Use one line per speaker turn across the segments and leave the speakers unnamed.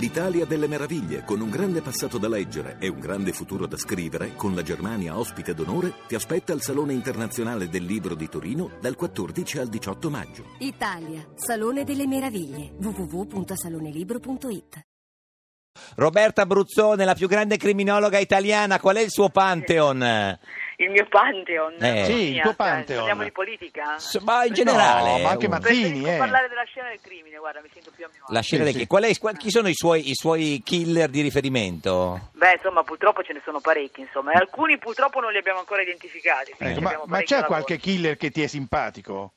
L'Italia delle meraviglie, con un grande passato da leggere e un grande futuro da scrivere, con la Germania ospite d'onore, ti aspetta al Salone Internazionale del Libro di Torino dal 14 al 18 maggio.
Italia, Salone delle Meraviglie, www.salonelibro.it
Roberta Bruzzone, la più grande criminologa italiana, qual è il suo pantheon?
Il mio Pantheon.
Eh.
Sì,
il tuo Pantheon.
Parliamo di politica.
S- Ma in generale, uh,
No, ma anche
uno.
Mattini,
Preferisco
eh.
parlare della scena del crimine, guarda, mi sento più a mio agio.
la scena
Sì,
del-
sì.
qual è- qual- chi sono i suoi, i suoi killer di riferimento?
Beh, insomma, purtroppo ce ne sono parecchi, insomma, e alcuni purtroppo non li abbiamo ancora identificati. quindi
Ecco,
ci
ma,
abbiamo
ma
parecchio
c'è
lavoro.
qualche killer che ti è simpatico?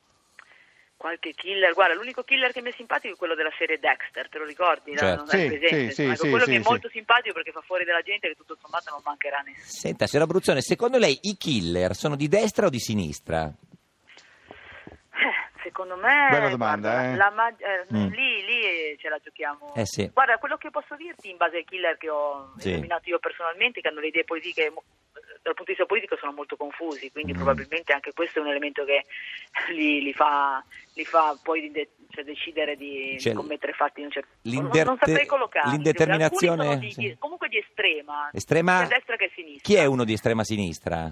Qualche killer, guarda, l'unico killer che mi è simpatico è quello della serie Dexter, te lo ricordi? No?
Certo.
Non è
Sì,
presente,
sì,
insomma,
sì,
ecco,
sì,
quello
sì,
che è
sì.
molto simpatico perché fa fuori della gente che tutto sommato non mancherà a nessuno.
Senta, signora Bruzzone, secondo lei i killer sono di destra o di sinistra?
Eh, Secondo me,
Bella domanda,
guarda,
eh.
la mag- eh,
Mm.
lì, lì ce la giochiamo.
Eh sì.
Guarda, quello che posso dirti in base ai killer che ho
Sì.
eliminato io personalmente, che hanno le idee politiche mo- eh, dal punto di vista politico sono molto confusi, quindi
Mm.
probabilmente anche questo è un elemento che li, li fa, li fa poi di de- cioè decidere di
Cioè,
commettere fatti in un certo non- Non
l'inderte-
saprei collocarli. cioè,
l'indeterminazione-
Alcuni sono di-
sì.
di- comunque di estrema,
Estrema...
sia destra che sinistra.
Chi è uno di estrema sinistra?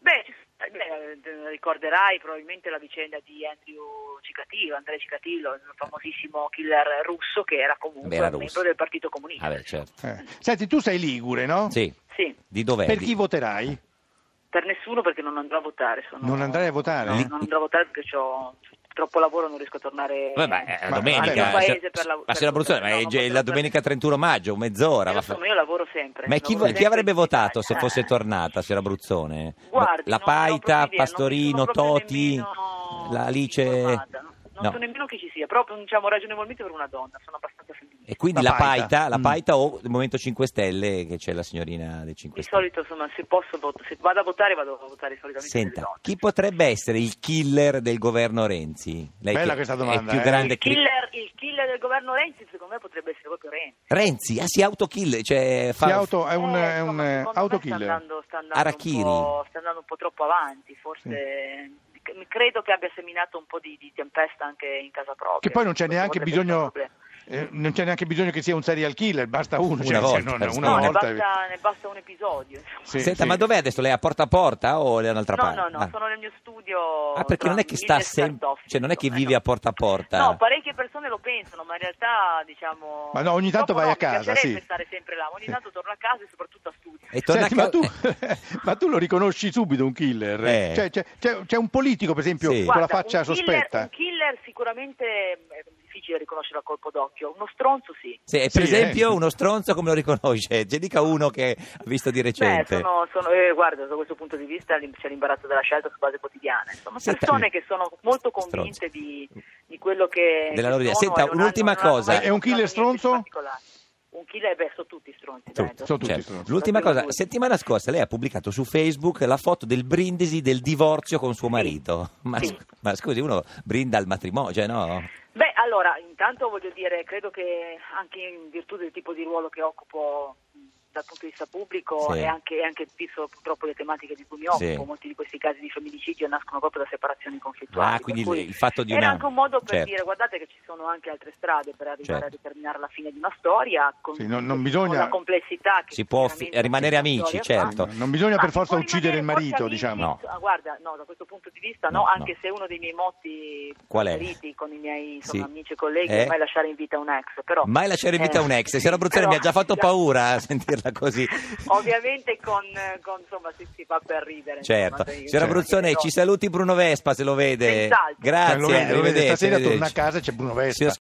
Beh, ci- beh, eh, ricorderai probabilmente la vicenda di Andrew Cicatillo, Andrea Cicatillo, il famosissimo killer russo che era comunque
Beh, era
un
russo.
membro del Partito Comunista.
Vabbè, certo.
Eh. Senti, tu sei ligure, no?
Sì, eh,
Sì,
di dov'è?
Per
Di-
chi voterai?
per nessuno perché non andrò a votare. sono-
Non andrai a votare?
No,
Lì-
non andrò a votare perché ho troppo lavoro, non riesco a tornare
Vabbè, eh, è la
Ma-
domenica.
vabbè,
al mio
signora-
paese per la-
ma signora
per-
Bruzzone, ma
no,
è
non
già
potrò
la domenica 31 maggio, mezz'ora.
Io
va-
sono- io lavoro sempre,
Ma chi,
lavoro
chi
sempre
avrebbe
in
votato se
Italia.
fosse tornata, signora Bruzzone?
Guardi,
la
non ne ho proprio
Paita,
idea,
Pastorino,
non mi sono proprio
Toti,
nemmeno
la Alice...
informata, no? Non
No.
so nemmeno chi ci sia, proprio diciamo ragionevolmente per una donna, sono abbastanza femminile.
E quindi
La
la paita,
Paita.
la
Mm.
paita o il Movimento 5 Stelle che c'è la signorina dei 5
Di
Stelle.
solito, insomma, se posso voto, se vado a votare, vado a votare solitamente per le
Senta,
donne.
chi potrebbe essere il killer del governo Renzi? Lei
Bella
che
questa
è il
domanda,
più
eh.
grande
il,
cri-
killer, il killer del governo Renzi, secondo me, potrebbe essere proprio Renzi.
Renzi, ah, si autokill, cioè fa...
Chi auto- è un,
Eh,
è un
insomma,
eh,
secondo me Sta
autokiller.
andando, sta, andando
Arachiri.
un po', sta andando un po' troppo avanti, forse. c- Credo che abbia seminato un po' di, di tempesta anche in casa propria.
Che poi non c'è
Questo
neanche
potrebbe essere un
bisogno...
problema.
eh, non c'è neanche bisogno che sia un serial killer, basta uno.
Una
cioè, se
volta,
non-
per
una
No,
strada.
ne
volta.
basta, ne basta un episodio. insomma.
Sì,
Senta,
sì.
ma dov'è adesso? Lei è a porta a porta o è all'altra
No,
parte?
no, no,
Ah.
sono nel mio studio.
Ah, perché
tra
non è che sta
mille
sempre,
scartoffie,
cioè non è che
insomma,
vive
no.
a porta a porta.
No, parecchie persone lo pensano, ma in realtà diciamo.
Ma no, ogni tanto
Purtroppo
vai a
no, Mi
casa,
piacerebbe
sì.
stare sempre là, ma ogni tanto torno a casa e soprattutto a studio.
E torna
Senti,
a ca-
ma, tu, ma tu lo riconosci subito un killer?
Eh.
Cioè, c'è, c'è- c'è un politico, per esempio,
Sì.
con
Guarda,
la faccia
un killer-
sospetta.
un killer sicuramente mm, è difficile riconoscere a colpo d'occhio, uno stronzo sì.
Sì, e per
Sì,
esempio
eh.
uno stronzo come lo riconosce? Ce dica uno che ha visto di recente.
Beh, sono, sono- eh, guarda, da questo punto di vista l'im- c'è l'imbarazzo della scelta su base quotidiana. Insomma,
Senta-
persone che sono molto convinte
Stronzo.
di, di quello che.
Della
che
loro idea.
sono
Senta,
e non
un'ultima
hanno- non hanno
cosa.
mai
È un killer
dimostrato niente di
stronzo?
particolare. Un killer, beh, sono tutti stronzi.
Tutti,
dai,
sono tutti
Certo.
stronzi.
L'ultima
Sono
cosa,
tutti.
settimana scorsa lei ha pubblicato su Facebook la foto del brindisi del divorzio con suo marito. Ma,
Sì.
ma scusi, uno brinda al matrimonio, cioè no?
Beh, allora, intanto voglio dire, credo che anche in virtù del tipo di ruolo che occupo mh, dal punto di vista pubblico
Sì.
e anche, e anche visto purtroppo le tematiche di cui mi occupo,
Sì.
molti di questi casi di femminicidio nascono proprio da separazioni conflittuali.
Ah,
per
quindi il,
cui
il fatto di
era
una...
anche un modo per
certo.
dire guardate che ci sono anche altre strade per arrivare
Certo.
a determinare la fine di una storia con,
Sì, non- non
con
bisogna-
la complessità che
Si può
sicuramente
fi- rimanere
questa
amici,
storia fa.
certo.
Non bisogna
Ma
per
si
forza
può
uccidere il
rimanere
marito,
forse
diciamo.
No.
amici? Ah, guarda, no, da questo punto di vista no,
No,
anche
no.
se uno dei miei motti
Qual è?
preferiti con i miei insomma,
Sì.
amici e colleghi
Eh?
è mai lasciare in vita un ex, però
Mai lasciare in vita
eh,
un ex. Signora Bruzzone
però-
mi
Eh,
ha già fatto paura a sentirla così.
Ovviamente con, con, insomma si, si fa per ridere.
Certo.
insomma, dei-
Signora
dei-
Bruzzone,
dei-
ci saluti Bruno Vespa se lo vede.
Senz'altro.
Grazie,
Eh, lo vede, lo vede.
arrivederci,
Stasera torna
arrivederci.
a casa e c'è Bruno Vespa.
Signor